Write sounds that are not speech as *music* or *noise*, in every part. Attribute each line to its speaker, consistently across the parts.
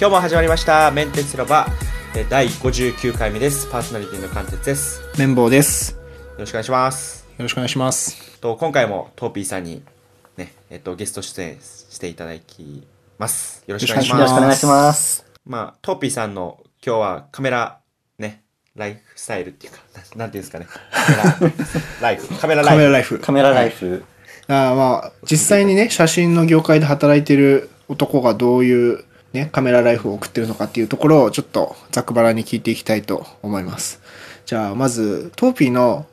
Speaker 1: 今日も始まりましたメンテツラバえー第59回目ですパーソナリティの関鉄ですよ
Speaker 2: 綿棒です。よ
Speaker 1: ろしくお願いします
Speaker 2: ろしくお願いします。
Speaker 1: と今回もトーピーさんにねえっとゲスト出演していただきますよろしくお願いし
Speaker 2: よ
Speaker 1: ま
Speaker 2: ろ
Speaker 1: す
Speaker 2: しく
Speaker 1: ま
Speaker 2: お願いします。
Speaker 1: あトーピーさんの今日はカメラねライフスタイルっていうかななんていうんですかねカメラ
Speaker 2: *laughs*
Speaker 1: ライフカメララ
Speaker 2: カ
Speaker 1: イ
Speaker 2: メ
Speaker 1: フ
Speaker 2: ラライフ。
Speaker 3: カメラライフ。
Speaker 2: あーまあ、実際にね、写真の業界で働いてる男がどういう、ね、カメラライフを送ってるのかっていうところをちょっとざくばらに聞いていきたいと思います。じゃあ、まず、トーピーの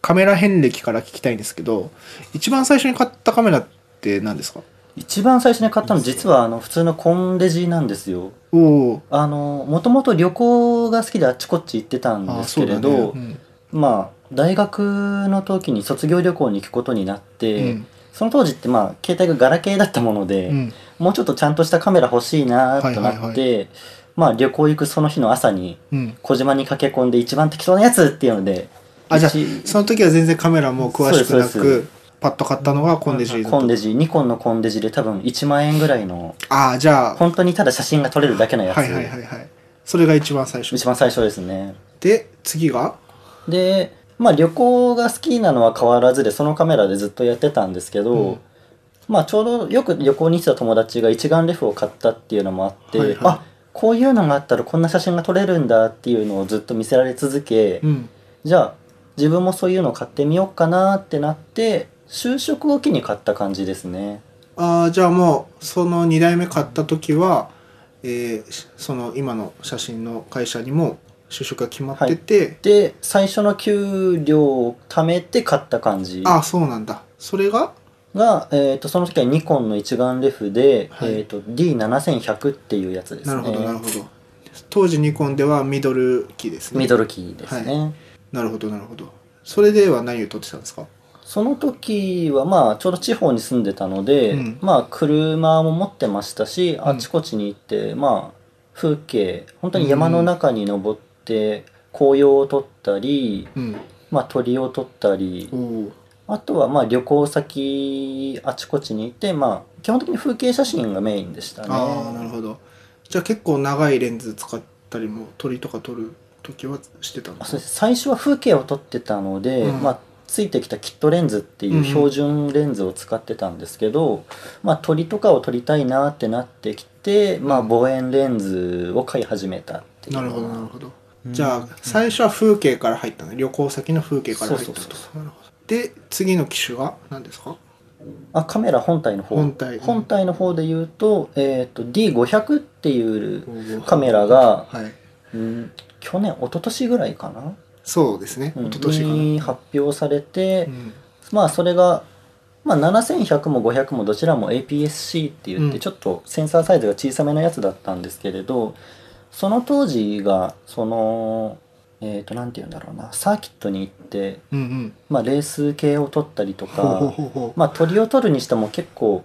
Speaker 2: カメラ遍歴から聞きたいんですけど、一番最初に買ったカメラって何ですか
Speaker 3: 一番最初に買ったの実はあの普通のコンデジなんですよ。
Speaker 2: おお。
Speaker 3: あのもともと旅行が好きであっちこっち行ってたん
Speaker 2: あー
Speaker 3: です
Speaker 2: そ
Speaker 3: け
Speaker 2: うだ
Speaker 3: れ
Speaker 2: ね
Speaker 3: ど、
Speaker 2: うん
Speaker 3: まあ大学の時に卒業旅行に行くことになって、その当時ってまあ携帯がガラケーだったもの
Speaker 2: う
Speaker 3: で、
Speaker 2: んうん
Speaker 3: もうちょっとちゃんとしたカメラ欲しいなとなって、
Speaker 2: はいはい
Speaker 3: まあ旅行行くその日の朝に
Speaker 2: うん。
Speaker 3: 小島に駆け込んで一番適当なやつっていうので、
Speaker 2: あ、じゃあ
Speaker 3: 一、
Speaker 2: その時は全然カメラも詳しくな
Speaker 3: そうですそうで
Speaker 2: く、パッと買ったのがコンデジーだ
Speaker 3: コンデ
Speaker 2: ジ。
Speaker 3: ジニコンのコンデジで多分1万円ぐらいの
Speaker 2: ああ、じゃあ、
Speaker 3: 本当にただ写真が撮れるだけのやつ、
Speaker 2: はいはいはいはいそれが一番最初
Speaker 3: 一番最初ですね
Speaker 2: で次が
Speaker 3: でまあ旅行が好きなのは変わらずでそのカメラでずっとやってたんですけど、
Speaker 2: うん
Speaker 3: まあちょうどよく旅行に来た友達が一眼レフを買ったっていうのもあって、
Speaker 2: はいはい
Speaker 3: あこういうのがあったらこんな写真が撮れるんだっていうのをずっと見せられ続け、
Speaker 2: うん
Speaker 3: じゃあ自分もそういうの買ってみようかなってなって就職を機に買った感じですね
Speaker 2: ああじゃあもうその2代目買った時は、えーその今の写真の会社にも就職が決まってて、
Speaker 3: で最初の給料を貯めて買った感じ
Speaker 2: ああそうなんだそれが
Speaker 3: が、えー、とその時はニコンの一眼レフで、
Speaker 2: はい
Speaker 3: えー、と D7100 っていうやつです
Speaker 2: な
Speaker 3: ね
Speaker 2: るほどなるほど当時ニコンではミドル機ですね
Speaker 3: ミドルキーですね、
Speaker 2: なるほどなるほどそれでは何を撮ってたんですか
Speaker 3: その時はまあちょうど地方に住んでたので、
Speaker 2: うん
Speaker 3: まあ車も持ってましたし
Speaker 2: ん
Speaker 3: あちこちに行って、まあ風景本当に山の中に登って紅葉を撮ったり、
Speaker 2: うん
Speaker 3: まあ、鳥を撮ったり
Speaker 2: おお
Speaker 3: あとはまあ旅行先あちこちに行ってまあ基本的に風景写真がメインでしたね。
Speaker 2: ああなるほどじゃあ結構長いレンズ使ったりも鳥とか撮る時はしてたん
Speaker 3: あ
Speaker 2: です
Speaker 3: そうです最初は風景を撮ってたので、
Speaker 2: うん
Speaker 3: まあ、ついてきたキットレンズっていう標準レンズを使ってたんですけど、まあ、鳥とかを撮りたいなってなってきて、まあ、望遠レンズを買い始めたっていう
Speaker 2: なるほど
Speaker 3: よう
Speaker 2: なるほど、じゃあ最初は風景から入ったの旅行先の風景から入ったと
Speaker 3: そうそうそ
Speaker 2: なるほどで次の機種が何ですか
Speaker 3: あカメラ本体の方
Speaker 2: 本体
Speaker 3: 体の方で言うと,、えー、と D500 っていうカ
Speaker 2: メ
Speaker 3: メラが、
Speaker 2: はい
Speaker 3: うん、去年一昨年ぐらいかな、
Speaker 2: そうですね
Speaker 3: うん
Speaker 2: 一昨年かな、
Speaker 3: に発表されて、
Speaker 2: うん
Speaker 3: まあそれが、まあ、7100も500もどちらも APS-C って言っ
Speaker 2: うん
Speaker 3: てちょっとセンサーサイズが小さめのやつだったんですけれどその当時がそのえっ、となんて言うんだろうなサーキットに行って、
Speaker 2: うんうん
Speaker 3: まあ、レース系を取ったりと
Speaker 2: ほうほう
Speaker 3: か、
Speaker 2: ほうほう
Speaker 3: まあ、鳥を取るにしても結構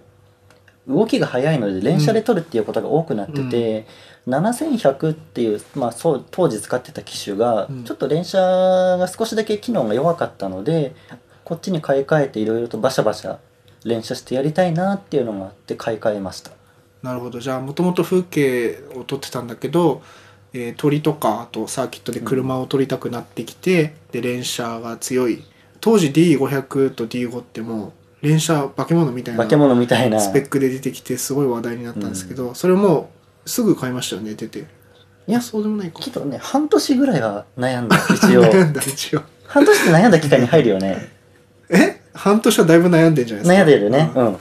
Speaker 3: 動きが速いので連射で取るっていうことが多くなってて、7100っていう、まあ、そう当時使ってた機種が
Speaker 2: うん
Speaker 3: ちょっと連射が少しだけ機能が弱かったのでこっちに買い替えていろいろとバシャバシャ連射してやりたいなっていうのがあって買い替えました
Speaker 2: なるほどじゃあもともと風景を撮ってたんだけど、えー鳥とかあとサーキットで車を撮りたくなってきて、で連射が強い当時 D500 と D5 ってもう連射化け物みたいな
Speaker 3: 化け物みたいな
Speaker 2: スペックで出てきてすごい話題になったんですけど、それもうすぐ買いましたよね出てい
Speaker 3: いや
Speaker 2: そうでもないか
Speaker 3: きっとね半年ぐらいは悩んだ
Speaker 2: *laughs*
Speaker 3: 一応
Speaker 2: 悩んだ一応
Speaker 3: 半年って悩んだ期間に入るよね
Speaker 2: え半年はだいぶ悩んでんじゃないですか
Speaker 3: 悩んでるね
Speaker 2: うん
Speaker 3: うん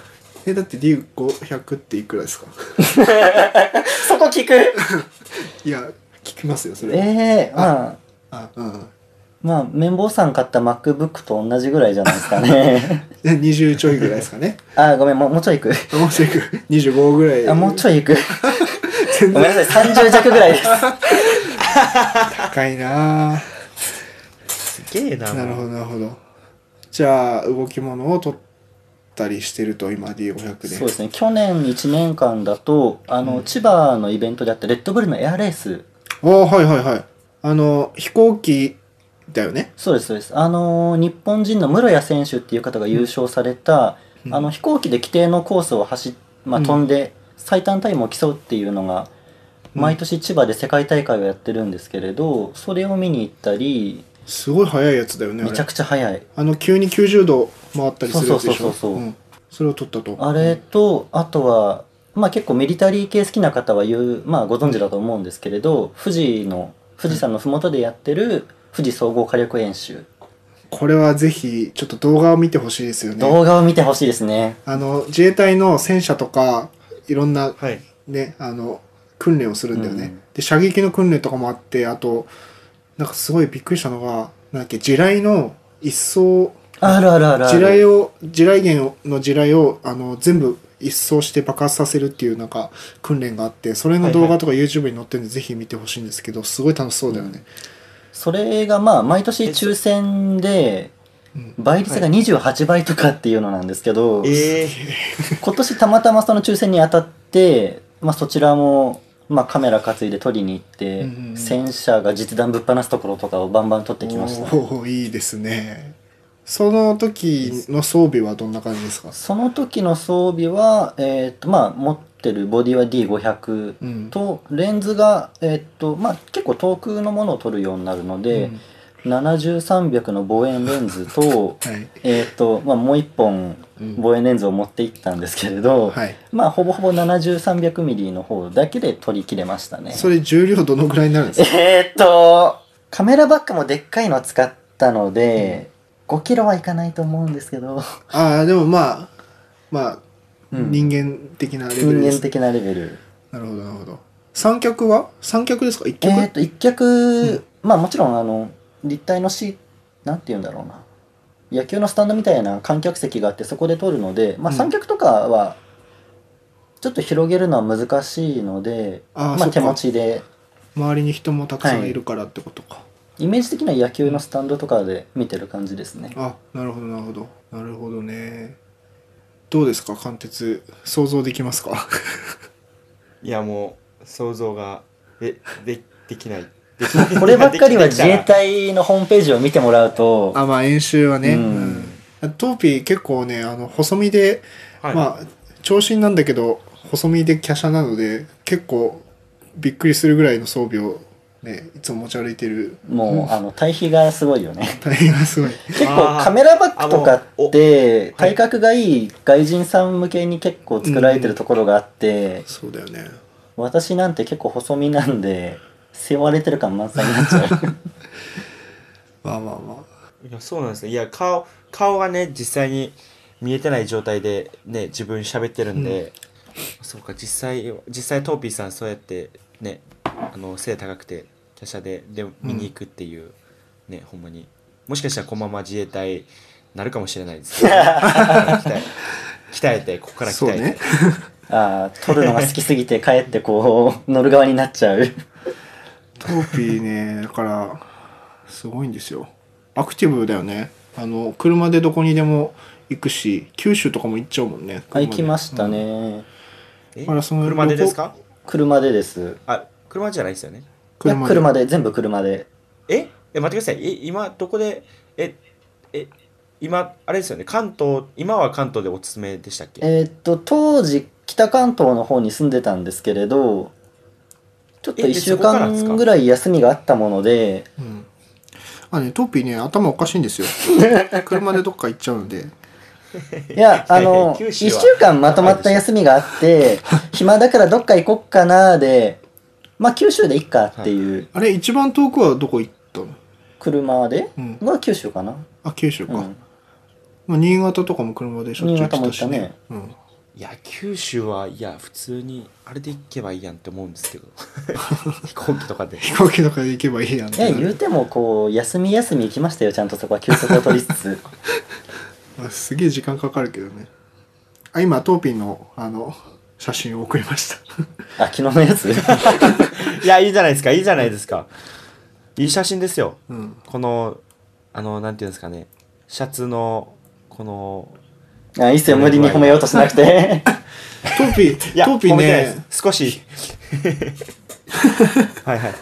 Speaker 2: えだって D500 っていくらですか *laughs*
Speaker 3: そこ聞く
Speaker 2: いや聞きますよそれ
Speaker 3: ええまあ
Speaker 2: あうん
Speaker 3: まあ、綿棒さん買った MacBook と同じぐらいじゃないです
Speaker 2: *laughs*
Speaker 3: かね。
Speaker 2: で20ちょいぐらいですかね
Speaker 3: あ、ごめん、もうもうちょい行く。
Speaker 2: あもうちょいいく25ぐらい
Speaker 3: あ、もうちょい行く。
Speaker 2: *laughs* 全
Speaker 3: ごめん
Speaker 2: 然
Speaker 3: なさい、30弱ぐらいです。
Speaker 2: *laughs* 高いな
Speaker 1: すげえな
Speaker 2: なるほどなるほどじゃあ動き物を撮ったりしてると今 D500 で
Speaker 3: そうですね、去年1年間だと、あの、千葉のイベントであったレッドブルのエアレース。
Speaker 2: ああはいはいはいあの飛行機だよね
Speaker 3: そうです、そうです。あの、日本人の室谷選手っていう方が優勝された、
Speaker 2: うん
Speaker 3: あの、飛行機で規定のコースを走っ、まあ、
Speaker 2: うん
Speaker 3: 飛んで、最短タイムを競うっていうのが、毎年千葉で世界大会をやってるんですけれどそれを見に行ったり
Speaker 2: すごい速いやつだよねあ
Speaker 3: めちゃ
Speaker 2: れ
Speaker 3: くちゃ速い
Speaker 2: あの急に90度回ったりするやつでしょ
Speaker 3: そうそうそうそうそうん
Speaker 2: それを取ったと
Speaker 3: あれとあとはまあ結構ミリタリー系好きな方は言うまあご存知だと思うんですけれど富士の富士山の麓でやってる富士総合火力演習
Speaker 2: これはぜひちょっと動画を見てほしいですよね
Speaker 3: 動画を見てほしいですね
Speaker 2: あの自衛隊の戦車とかいろんな
Speaker 1: はい。
Speaker 2: ねあの訓練をするんだよね、
Speaker 3: うん
Speaker 2: で射撃の訓練とかもあってあとなんかすごいびっくりしたのがなんだっけ地雷の一掃
Speaker 3: あるあるあるあ
Speaker 2: 地
Speaker 3: る
Speaker 2: 雷を地雷源の地雷をあの全部一掃して爆発させるっていうなんか訓練があってそれの動画とか YouTube に載ってるんでぜひ見てほしいんですけどすごい楽しそうだよね、
Speaker 3: それがまあ毎年抽選で
Speaker 2: うん
Speaker 3: 倍率が28倍とかっていうのなんですけど、
Speaker 1: ええ
Speaker 3: 今年たまたまその抽選に当たって、まあ、そちらも、まあ、カメラ担いで撮りに行って、
Speaker 2: うんうんうん
Speaker 3: 戦車が実弾ぶっ放すところとかをバンバン撮ってきました
Speaker 2: おおいいですねその時の装備はどんな感じですか
Speaker 3: その時の装備は、えーっとまあ、持ってるボディは D500
Speaker 2: うん
Speaker 3: とレンズが、えーっとまあ、結構遠くのものを撮るようになるので、70300の望遠レンズと *laughs*
Speaker 2: はい、
Speaker 3: えーっと、まあ、もう1本
Speaker 2: うん
Speaker 3: 望遠レンズを持っていったんですけれど、
Speaker 2: はい、
Speaker 3: まあほぼほぼ70300ミリの方だけで撮り切れましたね。
Speaker 2: それ重量どのぐらいになるんですか
Speaker 3: えーっとカメラバッグもでっかいの使ったので、5キロはいかないと思うんですけど、
Speaker 2: ああでもまあまあ、
Speaker 3: うん
Speaker 2: 人間的なレベルで
Speaker 3: 人
Speaker 2: す
Speaker 3: 間的なレベル。
Speaker 2: なるほどなるほど三脚は三脚ですか一脚、
Speaker 3: えーっと一脚、まあもちろんあの立体のシなんて言うんだろうな野球のスタンドみたいな観客席があってそこで撮るので、まあ、
Speaker 2: うん
Speaker 3: 三脚とかはちょっと広げるのは難しいので、
Speaker 2: あー
Speaker 3: ま
Speaker 2: そ
Speaker 3: あ、
Speaker 2: っか
Speaker 3: 手持ちで
Speaker 2: 周りに人もたくさんいるからってことか、
Speaker 3: イメージ的には野球のスタンドとかで見てる感じですね。
Speaker 2: あなるほどなるほどなるほどねどうですか貫徹想像できますか *laughs*
Speaker 1: いやもう想像がでででき
Speaker 2: *laughs*
Speaker 1: ない。でき
Speaker 3: こればっかりは自衛。隊のホームページを見てもらうと、
Speaker 2: あまあ演習はね、
Speaker 3: うん
Speaker 2: うんトーピー結構ねあの細身で、
Speaker 1: はい
Speaker 2: まあ長身なんだけど細身で華奢なので結構びっくりするぐらいの装備をねいつも持ち歩いてる
Speaker 3: もう、あの、対比がすごいよね。
Speaker 2: 大変がすごい
Speaker 3: 結構カメラバッグとかっ
Speaker 1: あ
Speaker 3: て、
Speaker 1: もうお
Speaker 3: 体格がいい外人さん向けに結構作られてるところがあって、
Speaker 2: そうだよね
Speaker 3: 私なんて結構細身なんで、背負われてる感満載になっちゃう。
Speaker 1: *laughs*
Speaker 2: まあまあまあ
Speaker 1: いやそうなんですね。いや顔顔がね実際に見えてない状態でね自分喋ってるんで、そうか実際実際トーピーさんそうやってねあの背高くて華奢でで見に行くっていう、ねほんまにもしかしたらこのまま自衛隊なるかもしれない
Speaker 2: *laughs*
Speaker 1: ですけど、ね、鍛え鍛えてここから
Speaker 2: そ
Speaker 1: 鍛
Speaker 2: う
Speaker 1: えて、
Speaker 2: ね
Speaker 3: ああ、撮るのが好きすぎて帰ってこう、乗る側になっちゃう。
Speaker 2: トーピーねだからすごいんですよアクティブだよねあの車でどこにでも行くし九州とかも行っちゃうもんね
Speaker 3: あ行きま
Speaker 2: し
Speaker 3: したね。
Speaker 1: え
Speaker 2: マラソン
Speaker 1: 車でですか
Speaker 3: 車でです。
Speaker 1: あ車じゃないですよね
Speaker 3: い
Speaker 2: 車
Speaker 3: や
Speaker 2: で
Speaker 3: 車で、全部車で。
Speaker 1: ええ待ってくださいえ今どこでええ今あれですよね関東今は関東でおすすめでしたっけ
Speaker 3: えーっと当時北関東の方に住んでたんですけれどちょっと
Speaker 1: え
Speaker 3: 1週
Speaker 1: そこからですか
Speaker 3: 間ぐらい休みがあったもので
Speaker 2: うんあねトーピーね頭おかしいんですよ車でどっか行っちゃうので
Speaker 3: いやあの
Speaker 1: 九
Speaker 3: 1
Speaker 1: 州は
Speaker 3: 週間まとまった休みがあって暇だからどっか行こっかなでまあ九州でいっかっていう
Speaker 2: あれ一番遠くはどこ行ったの
Speaker 3: 車で
Speaker 2: うん
Speaker 3: は九州かな、
Speaker 2: あ九州か、
Speaker 3: うん、
Speaker 2: まあ、新潟とかも車でしょっちゅう行ってたし
Speaker 3: 新潟も行
Speaker 2: ね
Speaker 3: っ
Speaker 2: うん、
Speaker 1: いや九州はいや普通にあれで行けばいいやんって思うんですけど飛行機とかで
Speaker 2: 飛行機とかで行けばいいやんって
Speaker 3: いや言うてもこう休み休み行きましたよちゃんとそこは休息を取りつつ
Speaker 2: まあ、すげえ時間かかるけどねあ今トーピーのあの写真を送りました
Speaker 3: あ昨日のやつ
Speaker 1: いやいいじゃないですかいいじゃないですかいい写真ですよ
Speaker 2: うん
Speaker 1: このあのなんていうんですかねシャツのこの
Speaker 3: あ一切無理に褒めようとしなくて
Speaker 2: トーピ
Speaker 1: *laughs* い
Speaker 2: ー、
Speaker 1: や
Speaker 2: トーピー
Speaker 1: 褒めてないで
Speaker 2: ね、
Speaker 1: す少しはいはい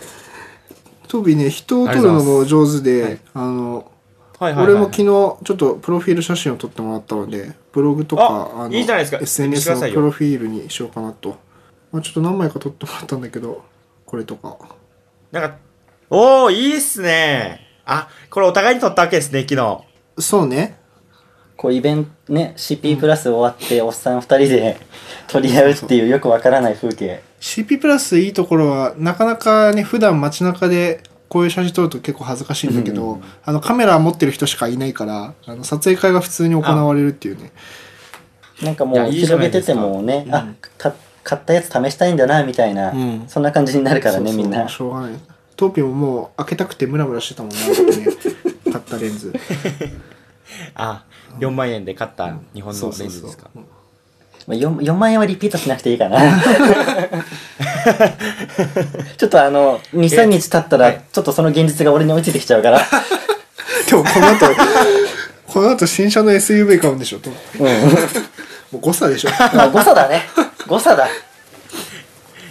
Speaker 2: トーピーね、人を撮るのも上手で、
Speaker 1: あ
Speaker 2: あ
Speaker 1: りが
Speaker 2: の、
Speaker 1: はいはいはい、
Speaker 2: 俺も昨日ちょっとプロフィール写真を撮ってもらったので、ブログとか、
Speaker 1: あ
Speaker 2: の
Speaker 1: いいじゃないですか見せてく
Speaker 2: SNS
Speaker 1: ださ
Speaker 2: の
Speaker 1: い
Speaker 2: プ
Speaker 1: よ
Speaker 2: ロフィールにしようかなと。まあ、ちょっと何枚か撮ってもらったんだけど、これとか。
Speaker 1: なんか、おー、いいっすね。あ、これお互いに撮ったわけですね、昨日。
Speaker 2: そうね。
Speaker 3: *laughs* こうイベントね CP プラス終わっておっさん2人で取り合うっていうよくわからない風景
Speaker 2: CP プラスいいところは、なかなかね、普段街中でこういう写真撮ると結構恥ずかしいんだけど、
Speaker 3: うん
Speaker 2: あの、カメラ持ってる人しかいないから、あの、撮影会が普通に行われるっていうね。
Speaker 3: なんか
Speaker 1: い
Speaker 3: も
Speaker 1: や
Speaker 3: う
Speaker 1: いいじゃ
Speaker 3: 広
Speaker 1: な
Speaker 3: げ
Speaker 1: いで
Speaker 3: て
Speaker 1: すか
Speaker 3: てもね、
Speaker 1: うん
Speaker 3: あか買ったやつ試したいんだなみたいな、
Speaker 2: うん
Speaker 3: そんな感じになるからね
Speaker 2: そうそう
Speaker 3: みんな
Speaker 2: しょうがない。トーピーももう開けたくてムラムラしてたもんな、だ
Speaker 3: *laughs*
Speaker 2: ってね。買ったレンズ。
Speaker 1: あ、4万円で買った日本
Speaker 2: そ
Speaker 1: の
Speaker 2: うそ
Speaker 1: レ
Speaker 2: う
Speaker 1: ンズ
Speaker 2: そう
Speaker 1: ですか。
Speaker 2: うん
Speaker 3: まあ 4, 4万円はリピートしなくていい
Speaker 2: *laughs*
Speaker 3: かな *laughs* ちょっとあの23日経ったらちょっとその現実が俺に追いついてきちゃうから
Speaker 2: でもこの後、この後新車の SUV *laughs* 買うんでしょ、トーピー
Speaker 3: うん
Speaker 2: もう誤差でしょ。
Speaker 3: まあ誤差だね誤差だ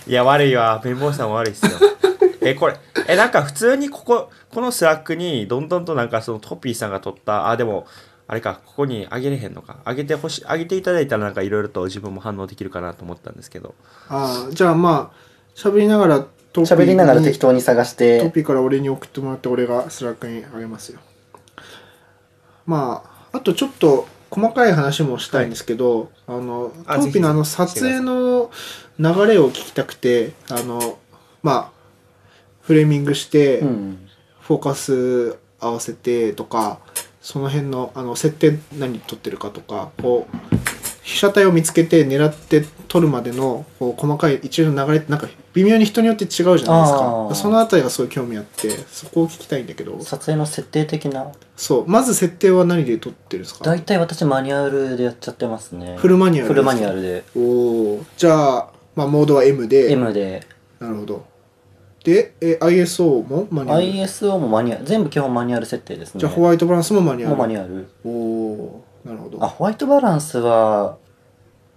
Speaker 1: いや、悪いわ。貧乏さん悪いっすよ。 *laughs* え、これ、え、なんか普通にここ、このスラックに、どんどんとなんかそのトッピーさんが撮った、あ、でも、あれか、ここにあげれへんのか。あげてほしい、あげていただいたらなんかいろいろと自分も反応できるかなと思ったんですけど。
Speaker 2: ああ、じゃあまあ、喋りながらトーピーに
Speaker 3: 喋りながら適当に探し
Speaker 2: ト
Speaker 3: て
Speaker 2: ピーから俺に送ってもらって俺がスラックにあげますよまああとちょっと細かい話もしたいんですけど、あの
Speaker 1: あ
Speaker 2: トピーのあの
Speaker 1: ぜひぜひ
Speaker 2: 撮影の流れを聞きたくてあのまあフレーミングして、
Speaker 3: うん
Speaker 2: フォーカス合わせてとかその辺のあの設定何撮ってるかとかこう被写体を見つけて狙って撮るまでのこう細かい一連の流れってなんか微妙に人によって違うじゃないです
Speaker 3: あー
Speaker 2: かそのあたりがすごい興味あってそこを聞きたいんだけど
Speaker 3: 撮影の設定的な
Speaker 2: そうまず設定は何で撮ってるんですか
Speaker 3: 大体私マニュアルでやっちゃってますね
Speaker 2: フルマニュアル
Speaker 3: フルマニュアルで
Speaker 2: おおじゃあ、まあ、モードは M で
Speaker 3: M で
Speaker 2: なるほどでえ ISO もマニュアル、
Speaker 3: ISO もマニュアル全部基本マニュアル設定ですね
Speaker 2: じゃあホワイトバランスもマニュアル
Speaker 3: もうマニュアル
Speaker 2: おおーなるほど
Speaker 3: あホワイトバランスは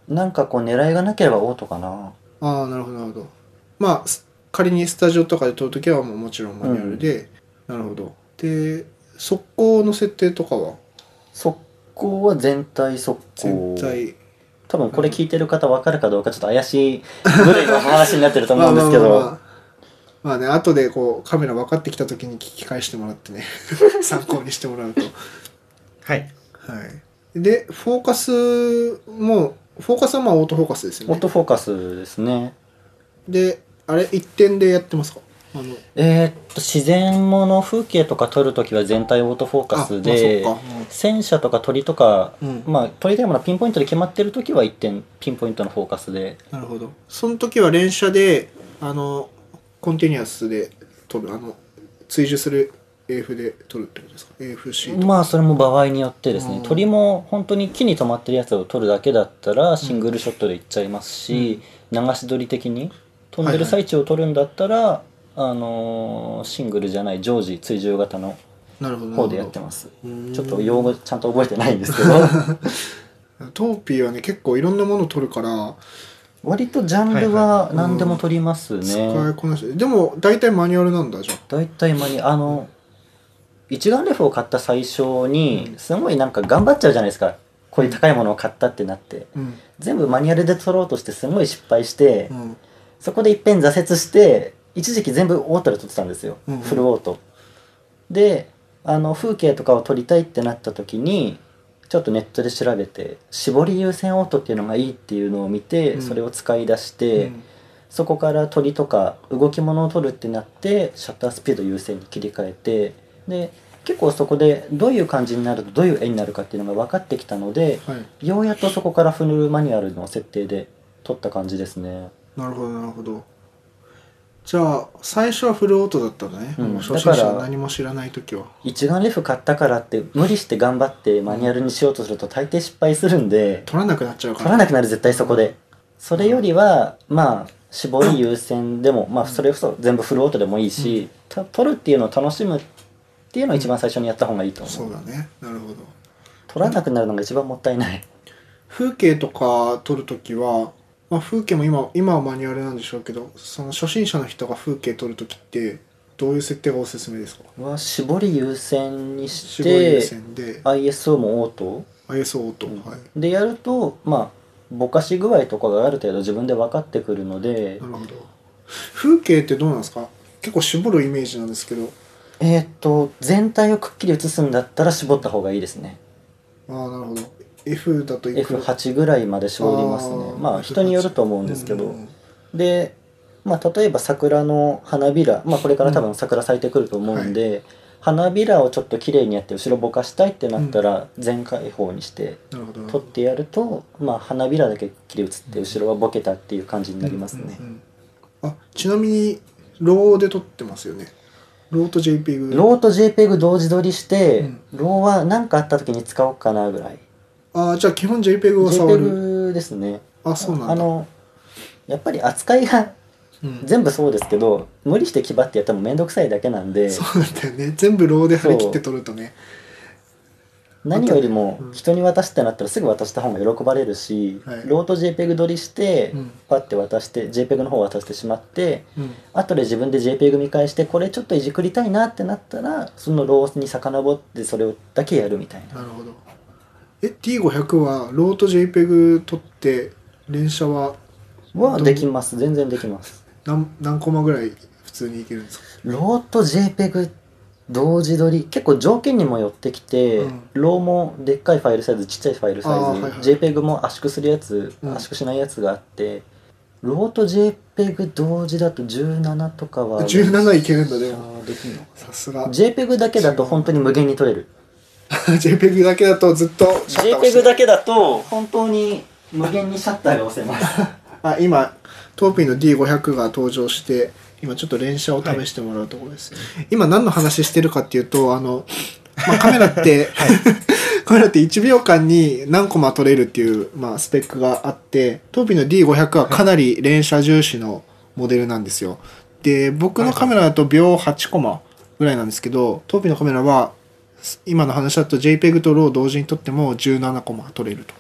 Speaker 3: なんかこう狙いがなければオートかな
Speaker 2: ああなるほどなるほどまあす仮にスタジオとかで撮るときはもうもちろんマニュアルで、なるほどで速攻の設定とかは
Speaker 3: 速攻は全体速
Speaker 2: 全
Speaker 3: 攻
Speaker 2: 体
Speaker 3: 多分これ聞いてる方分かるかどうかちょっと怪しい部類の話になってると思うんですけ
Speaker 2: まあまあまあま
Speaker 3: ど
Speaker 2: あまあね後でこうカメラ分かってきたときに聞き返してもら
Speaker 3: *laughs*
Speaker 2: ってね参考にしてもらうと
Speaker 1: はい。
Speaker 2: はいでフォーカスもフォーカスはまあオートフォーカスですよ
Speaker 3: オー
Speaker 2: ね
Speaker 3: トフォーカスですね
Speaker 2: であれ一点でやってますかあの
Speaker 3: えーっと自然もの風景とか撮るときは全体オートフォーカスで、
Speaker 2: あまあそっか
Speaker 3: 戦車とか鳥とか、
Speaker 2: うん
Speaker 3: まあ鳥でもなピンポイントで決まってるときは一点ピンポイントのフォーカスで
Speaker 2: なるほど。その時は連射で、あの、コンティニュアスで撮る、あの、追従する AF で撮るってことですか ?AFC とか。
Speaker 3: まあそれも場合によってですね、
Speaker 2: うん
Speaker 3: 鳥も本当に木に止まってるやつを撮るだけだったらシングルショットでいっちゃいますし、流し撮り的に飛んでる最中を撮るんだったら、あのーシングルじゃない常時追従型の
Speaker 2: なるほど。
Speaker 3: 方でやってます
Speaker 2: うん
Speaker 3: ちょっと用語ちゃんと覚えてないんですけど
Speaker 2: *laughs* す。トーピーはね、結構いろんなもの撮るから、
Speaker 3: 割とジャンルは何でも撮ります
Speaker 2: 使
Speaker 3: ね、
Speaker 2: いこなして、でも大体マニュアルなんだ、じゃあ。
Speaker 3: 大体間にあの一眼レフを買った最初にすごいなんか頑張っちゃうじゃないですかこういう高いものを買ったってなって
Speaker 2: うん。
Speaker 3: 全部マニュアルで撮ろうとしてすごい失敗して、
Speaker 2: うん。
Speaker 3: そこでいっぺん挫折して一時期全部オートで撮ってたんですよ、
Speaker 2: うんうん
Speaker 3: フルオートであの風景とかを撮りたいってなった時にちょっとネットで調べて絞り優先オートっていうのがいいっていうのを見て、
Speaker 2: うん
Speaker 3: それを使い出して、そこから鳥とか動き物を撮るってなってシャッタースピード優先に切り替えてで結構そこでどういう感じになるとどういう絵になるかっていうのが分かってきたので
Speaker 2: はい。
Speaker 3: ようやっとそこからフルマニュアルの設定で撮った感じですね、
Speaker 2: なるほど、なるほど。じゃあ、最初はフルオートだったんだね。
Speaker 3: うん
Speaker 2: もう初心者
Speaker 3: だから
Speaker 2: 何も知らない時は。
Speaker 3: 一眼レフ買ったからって無理して頑張ってマニュアルにしようとすると大抵失敗するんで
Speaker 2: 撮らなくなっちゃうか
Speaker 3: 撮
Speaker 2: ら。
Speaker 3: らなくなる絶対そこでそれよりはまあ絞り優先でもまあそれこそ全部フルオートでもいいし、た撮るっていうのを楽しむっていうのを一番最初にやった方がいいと思う
Speaker 2: そうだね。なるほど。
Speaker 3: 取らなくなるのが一番もったいない
Speaker 2: 風景とか撮るときは、まあ、風景も今今はマニュアルなんでしょうけどその初心者の人が風景撮るときってどういう設定がおすすめですか
Speaker 3: は絞り優先にし
Speaker 2: 絞り優
Speaker 3: て
Speaker 2: 先で
Speaker 3: ISO もオート
Speaker 2: ISO と、はい
Speaker 3: でやるとまあぼかし具合とかがある程度自分で分かってくるので
Speaker 2: なるほど風景ってどうなんですか結構絞るイメージなんですけど
Speaker 3: えーっと全体をくっきり写すんだったら絞った方がいいですね
Speaker 2: ああなるほど F だといくら
Speaker 3: F8 ぐらいまで絞りますね
Speaker 2: ー
Speaker 3: まあ人によると思うんですけど、
Speaker 2: ううん
Speaker 3: で、まあ、例えば桜の花びら、まあ、これから多分桜咲いてくると思うんで、花びらをちょっと綺麗にやって後ろぼかしたいってなったら全開放にして
Speaker 2: なるほどなるほ
Speaker 3: 撮っ
Speaker 2: ど
Speaker 3: てやると、まあ、花びらだけ綺麗写って後ろはボケたっていう感じになりますね
Speaker 2: うんうんうんあちなみにローで撮ってますよねローと JPEG
Speaker 3: ローと JPEG 同時撮りして、
Speaker 2: うん
Speaker 3: ローは何かあった時に使おうかなぐらい
Speaker 2: ああじゃあ基本 JPEG を触る
Speaker 3: JPEG ですね
Speaker 2: あそうなんだ
Speaker 3: あのやっぱり扱いが
Speaker 2: うん
Speaker 3: 全部そうですけど無理して気張ってやっても面倒くさいだけなんで
Speaker 2: そうなんだよね全部ローで張り切って撮るとね
Speaker 3: 何よりも
Speaker 2: うん
Speaker 3: 人に渡すってなったらすぐ渡した方が喜ばれるし、
Speaker 2: はい
Speaker 3: ロート JPEG 撮りして、
Speaker 2: うん
Speaker 3: パッて渡して JPEG の方渡してしまって
Speaker 2: うん
Speaker 3: 後で自分で JPEG 見返してこれちょっといじくりたいなってなったらそのローに遡ってそれをだけやるみたいな
Speaker 2: なるほどえ T500 はローと JPEG 撮って連写は
Speaker 3: はできます全然できます
Speaker 2: 何何コマぐらい普通にいけるんですか
Speaker 3: ローと JPEG 同時撮り結構条件にもよってきて、
Speaker 2: うん
Speaker 3: ローもでっかいファイルサイズちっちゃいファイルサイズ、
Speaker 2: あーはいはい
Speaker 3: JPEG も圧縮するやつ、
Speaker 2: うん
Speaker 3: 圧縮しないやつがあってローと JPEG 同時だと17とかは
Speaker 2: 17いけるんだでも
Speaker 3: あーできんの
Speaker 2: さすが *laughs*
Speaker 3: JPEG だけだと本当に無限に撮れる
Speaker 2: JPEG だけだとずっとシャッター押して
Speaker 3: JPEG だけだと本当に無限にシャッターが押せます
Speaker 2: あ今トーピーの D500 が登場して今ちょっと連射を試してもらうところです、今何の話してるかっていうとあの、ま *laughs* あ、カメラって、カメラって1秒間に何コマ撮れるっていう、まあ、スペックがあってトーピーの D500 はかなり連射重視のモデルなんですよ、で僕のカメラだと秒8コマぐらいなんですけどトーピーのカメラは今の話だと JPEG と RAW を同時に撮っても17コマ撮れると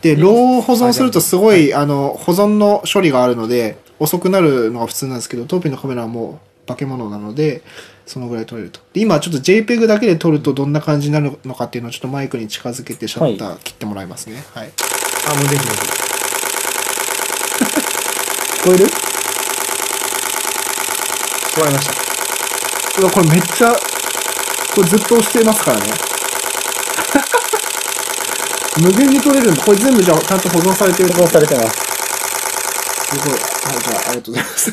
Speaker 2: で RAW を保存するとすごいあの保存の処理があるので遅くなるのが普通なんですけどトーピーのカメラはもう化け物なのでそのぐらい撮れるとで今ちょっと JPEG だけで撮るとどんな感じになるのかっていうのをちょっとマイクに近づけてシャッター切ってもらいますねはい、
Speaker 1: あもうできます
Speaker 2: 聞こえる
Speaker 1: 聞こえました
Speaker 2: うわこれめっちゃこれずっと押してます *laughs* からね無限に取れるんだこれ全部じゃあちゃんと保存されてる
Speaker 3: *laughs* 保存されてます
Speaker 2: すごいはいじゃあありがとうございます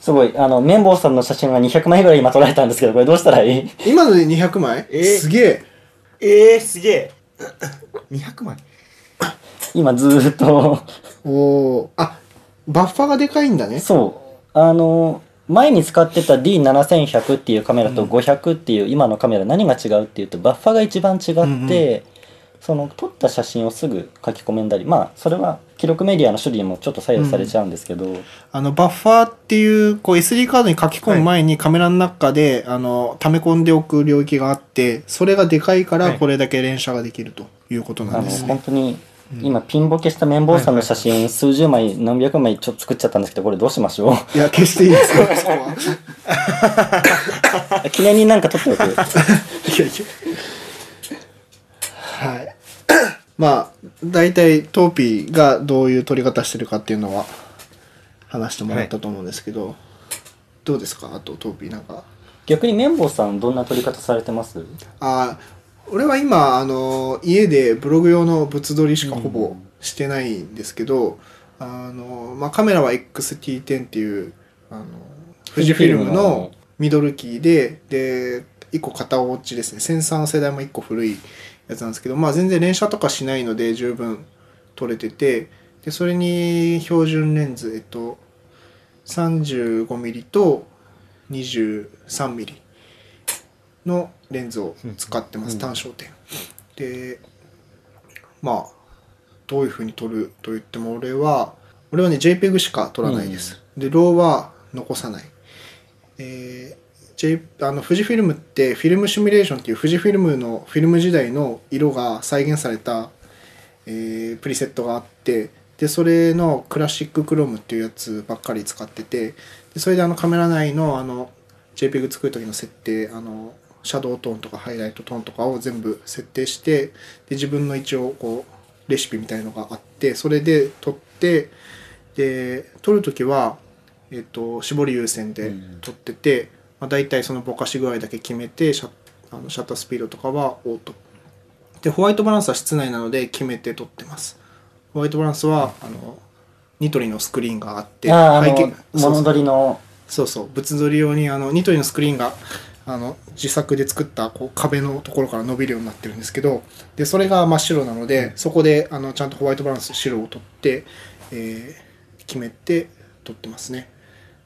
Speaker 3: すごいあの綿棒さんの写真が200枚ぐらい今撮られたんですけどこれどうしたらいい
Speaker 2: *laughs* 今ので200枚、
Speaker 1: えー
Speaker 2: すげえ
Speaker 1: えー、すげえ *coughs* 200枚
Speaker 3: 今ずーっと
Speaker 2: おおあバッファがでかいんだね
Speaker 3: そうあの前に使ってた D7100 っていうカメラと500っていう今のカメラ何が違うっていうとバッファが一番違って、
Speaker 2: うんう
Speaker 3: その撮った写真をすぐ書き込めたりまあそれは記録メディアの処理にもちょっと左右されちゃうんですけど、
Speaker 2: あのバッファーっていうこう SD カードに書き込む前にカメラの中で、あの溜め込んでおく領域があってそれがでかいか
Speaker 1: は
Speaker 2: ら
Speaker 1: い
Speaker 2: これだけ連射ができるということ
Speaker 3: あ
Speaker 2: なん
Speaker 3: の
Speaker 2: です
Speaker 3: 本
Speaker 2: ね、
Speaker 3: 当に今ピンボケした綿棒さんの写真数十枚何百枚ちょっと作っちゃったんですけどこれどうしま
Speaker 2: *laughs*
Speaker 3: しょ
Speaker 2: いや決していいですよそ *laughs* こは
Speaker 3: う記念になんか撮っておく
Speaker 2: いやいや。 *laughs* はい。まあ、大体トーピーがどういう撮り方してるかっていうのは話してもらったと思うんですけど、どうですかあとトーピーなんか。
Speaker 3: 逆に綿棒さんどんな撮り方されてます
Speaker 2: あ俺は今あの家でブログ用の物撮りしかほぼしてないんですけど、あのまあ、カメラは XT10 っていうあの富士フィルムのミドルキーでで1個片落ちですねセンサーの世代も1個古いやつなんですけど、まあ、全然連写とかしないので十分撮れててでそれに標準レンズ、えっと、35mm と 23mm のレンズを使ってます、
Speaker 1: うん
Speaker 2: 単焦点。でまあどういうふうに撮ると言っても俺は俺はね JPEG しか撮らないです、で RAW は残さないえー J、あの富士フィルムってフィルムシミュレーションっていう富士フィルムのフィルム時代の色が再現された、えープリセットがあってでそれのクラシッククロムっていうやつばっかり使っててでそれであのカメラ内のあの JPEG 作る時の設定あのシャドウトーンとかハイライトトーンとかを全部設定してで自分の一応こうレシピみたいのがあってそれで撮ってで撮る時は、えっと絞り優先で撮ってて、まあ、大体そのぼかし具合だけ決めてシャあのシャッタースピードとかはオートでホワイトバランスは室内なので決めて撮ってますホワイトバランスは、あのニトリのスクリーンがあって
Speaker 3: ああ
Speaker 2: 背
Speaker 3: の
Speaker 2: 景そうそ
Speaker 3: 物
Speaker 2: う
Speaker 3: 撮りの
Speaker 2: そうそう物撮り用にあのニトリのスクリーンがあの自作で作ったこう壁のところから伸びるようになってるんですけどでそれが真っ白なのでそこであのちゃんとホワイトバランス白を取って、えー決めて撮ってますね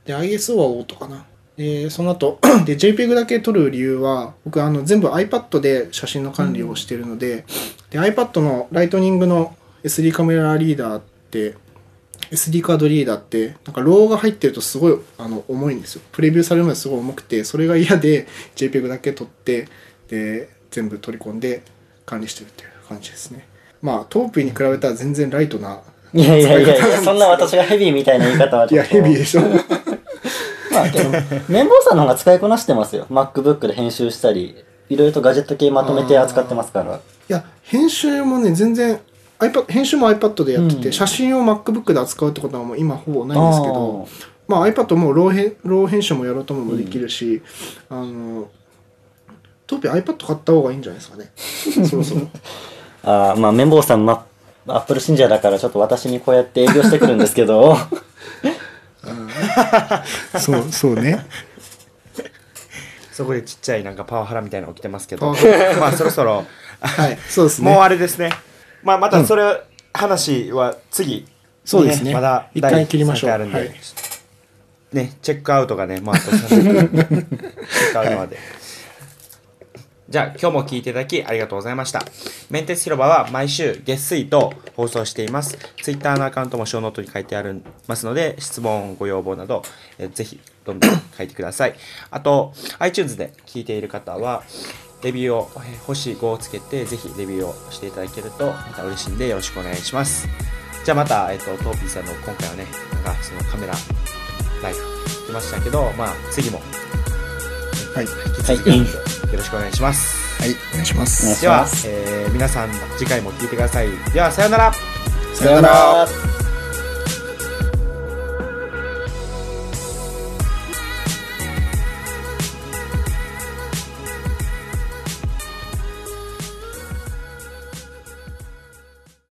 Speaker 2: で ISO はオートかなでその後 *clears throat* で JPEG だけ撮る理由は僕あの全部 iPad で写真の管理をしてるので,、で iPad のライトニングの SD カメラリーダーって SD カードリーダーってなんかローが入ってるとすごいあの重いんですよプレビューされるまですごい重くてそれが嫌で JPEG だけ取ってで全部取り込んで管理してるっていう感じですねまあトープイに比べたら全然ライトない
Speaker 3: やいやいやい
Speaker 2: 使い方なんです
Speaker 3: や
Speaker 2: けど
Speaker 3: そんな私がヘビーみたいな言い方はち
Speaker 2: い
Speaker 3: ょ
Speaker 2: や
Speaker 3: っと
Speaker 2: ヘビーでしょ
Speaker 3: まあけど綿棒さんの方が使いこなしてますよ MacBook で編集したりいろいろとガジェット系まとめて扱ってますから
Speaker 2: いや編集もね全然 iPad 編集も iPad でやってて、
Speaker 3: うん
Speaker 2: 写真を MacBook で扱うってことはもう今ほぼないんですけど
Speaker 3: あー
Speaker 2: まあ、iPad もロー編ロー編集もやろうともできるし、あのトーピー iPad 買った方がいいんじゃないですかねそろそろ
Speaker 3: あーまあ綿棒さんまアップル信者だからちょっと私にこうやって営業してくるんですけど
Speaker 2: そうそうね
Speaker 1: そこでちっちゃいなんかパワハラみたいなの起きてますけ
Speaker 2: パ
Speaker 1: ど
Speaker 2: ワハ、
Speaker 1: *laughs* まあそろそろ、
Speaker 2: はいそうですね
Speaker 1: もうあれですね。まあまたそれ、話は次、
Speaker 2: そうですね
Speaker 1: まだ
Speaker 2: 一回切りましょう
Speaker 1: 第三回あるん
Speaker 2: は
Speaker 1: で
Speaker 2: い、
Speaker 1: ね、チェックアウトがね、まああと30分、チェックアウトま
Speaker 2: *laughs*
Speaker 1: で。じゃあ今日も聞いていただきありがとうございました。メンテス広場は毎週月水と放送しています。ツイッターのアカウントも小ノートに書いてありますので、質問、ご要望など、えーぜひどんどん書いてください。 *coughs* あと、iTunes で聞いている方は、レビューを、えー星5をつけて、ぜひレビューをしていただけると、また嬉しいんでよろしくお願いします。じゃあまた、えっ、と、トーピーさんの今回はね、なんかそのカメラ、ライフ、来ましたけど、まあ次も
Speaker 2: はい、
Speaker 1: 引き続きよろしくお願いします。
Speaker 2: はい、お願いしま
Speaker 3: お願い
Speaker 2: す
Speaker 3: し
Speaker 1: では
Speaker 3: ま、す
Speaker 1: えー皆さん次回も聞いてください。では、さようなら。
Speaker 2: さよなら
Speaker 3: *laughs* さよ